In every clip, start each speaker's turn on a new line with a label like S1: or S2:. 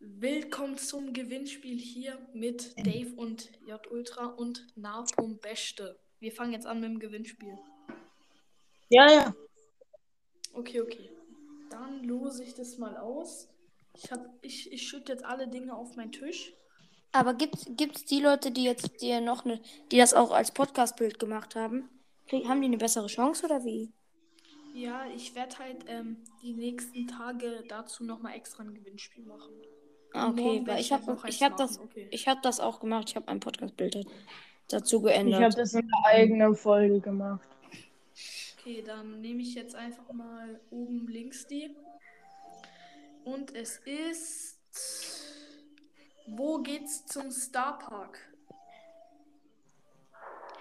S1: Willkommen zum Gewinnspiel hier mit Dave und J Ultra und Napum Beste. Wir fangen jetzt an mit dem Gewinnspiel.
S2: Ja, ja.
S1: Okay, okay. Dann lose ich das mal aus. Ich, hab, ich, ich schütte jetzt alle Dinge auf meinen Tisch.
S3: Aber gibt gibt's die Leute, die jetzt dir noch ne, die das auch als Podcast-Bild gemacht haben, krieg, haben die eine bessere Chance oder wie?
S1: Ja, ich werde halt ähm, die nächsten Tage dazu nochmal extra ein Gewinnspiel machen.
S3: Ah,
S1: Morgen
S3: Okay,
S1: werd
S3: weil ich
S1: halt
S3: habe
S1: noch eins
S3: ich hab das
S1: machen. Okay.
S3: ich hab das auch gemacht. Ich habe mein Podcast-Bild halt dazu
S2: Ich habe
S3: geändert.
S2: das in der eigenen Folge gemacht.
S1: Okay, dann nehme ich jetzt einfach mal oben links die. Und es ist. Wo geht's zum Starpark?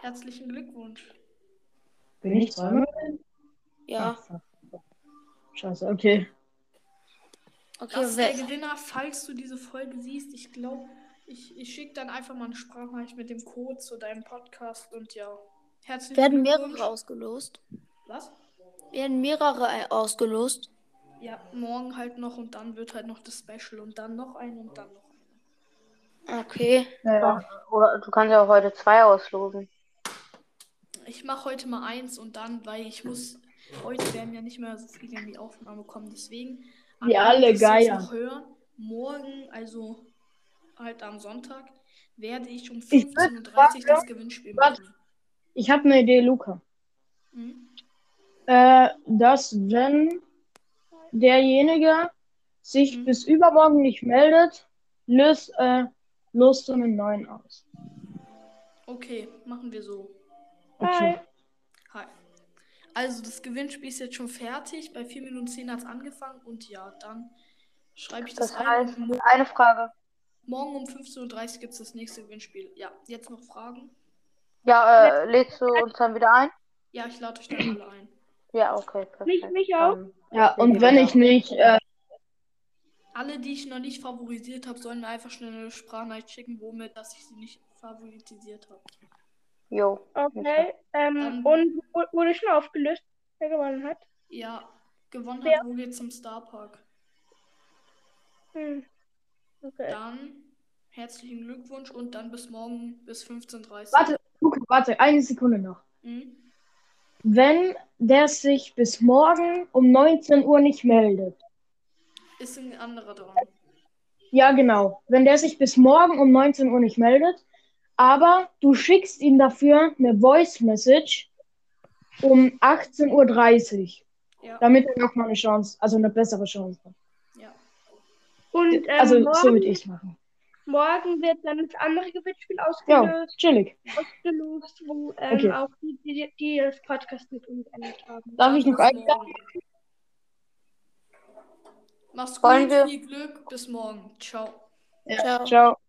S1: Herzlichen Glückwunsch.
S2: Bin ich dran?
S3: Ja,
S2: Scheiße, okay.
S3: okay.
S1: Das ist
S3: wer-
S1: der Gewinner, falls du diese Folge siehst. Ich glaube, ich, ich schicke dann einfach mal eine Sprachnachricht mit dem Code zu deinem Podcast und ja. Herzlichen
S3: werden
S1: Glückwunsch.
S3: mehrere ausgelost?
S1: Was?
S3: Werden mehrere ei- ausgelost?
S1: Ja, morgen halt noch und dann wird halt noch das Special und dann noch ein und dann noch ein.
S3: Okay.
S2: Naja.
S4: Oder du kannst ja auch heute zwei auslosen.
S1: Ich mache heute mal eins und dann, weil ich muss. Heute werden ja nicht mehr so viele in die Aufnahme kommen, deswegen. an
S2: Wir alle
S1: die das jetzt
S2: geiern.
S1: noch Hören. Morgen, also halt am Sonntag, werde ich um
S2: Ich
S1: 15.30 Uhr das Gewinnspiel
S2: warte.
S1: machen.
S2: Ich habe eine Idee, Luca.
S1: Hm?
S2: Äh, dass wenn derjenige sich
S1: Mhm.
S2: bis übermorgen nicht meldet, löst, äh, löst du einen neuen aus.
S1: Okay, machen wir so.
S2: Okay.
S1: Hi. Also das Gewinnspiel ist jetzt schon fertig. Bei 4 Minuten 10 hat es angefangen und ja, dann schreibe ich das,
S4: Das
S1: ein.
S4: heißt,
S1: und mo-
S4: eine Frage.
S1: morgen um 15.30 Uhr gibt es das nächste Gewinnspiel. Ja, jetzt noch Fragen?
S4: Ja, äh, lädst du uns dann wieder ein?
S1: Ja, ich lade euch dann alle ein.
S4: Ja, okay, perfekt.
S2: mich auch?
S4: Ähm,
S2: Ja, und wenn ich nicht, äh,
S1: Alle, die ich noch nicht favorisiert habe, sollen mir einfach schnell eine Sprachnachricht schicken, womit, dass ich sie nicht favoritisiert habe.
S4: jo.
S5: Okay, ähm,
S1: Dann-
S5: und wu- wurde schon aufgelöst, wer gewonnen hat.
S1: Ja, gewonnen hat, wo geht's zum Starpark?
S5: Hm. Okay.
S1: Dann herzlichen Glückwunsch und dann bis morgen bis 15.30 Uhr.
S2: warte, Luca, warte, eine Sekunde noch.
S1: Hm?
S2: Wenn der sich bis morgen um 19 Uhr nicht meldet,
S1: Ist ein anderer dran.
S2: Ja, genau. Wenn der sich bis morgen um 19 Uhr nicht meldet, aber du schickst ihm dafür eine Voice Message um 18.30 Uhr,
S1: Ja,
S2: damit er nochmal eine Chance, also eine bessere Chance hat.
S1: ja.
S5: Und ähm,
S2: also so
S5: morgen,
S2: würde ich machen.
S5: morgen wird dann das andere Gewinnspiel
S2: Ja,
S5: ausgelöst,
S2: chillig.
S5: ausgelost, wo ähm,
S2: Okay.
S5: auch die, die, die das Podcast mit uns geändert haben.
S2: Darf ich noch
S1: Bis
S2: ein?
S1: morgen. Mach's
S4: Wollen
S1: gut,
S4: wir-
S1: viel Glück, bis morgen. Ciao.
S3: Ciao.
S2: Ciao.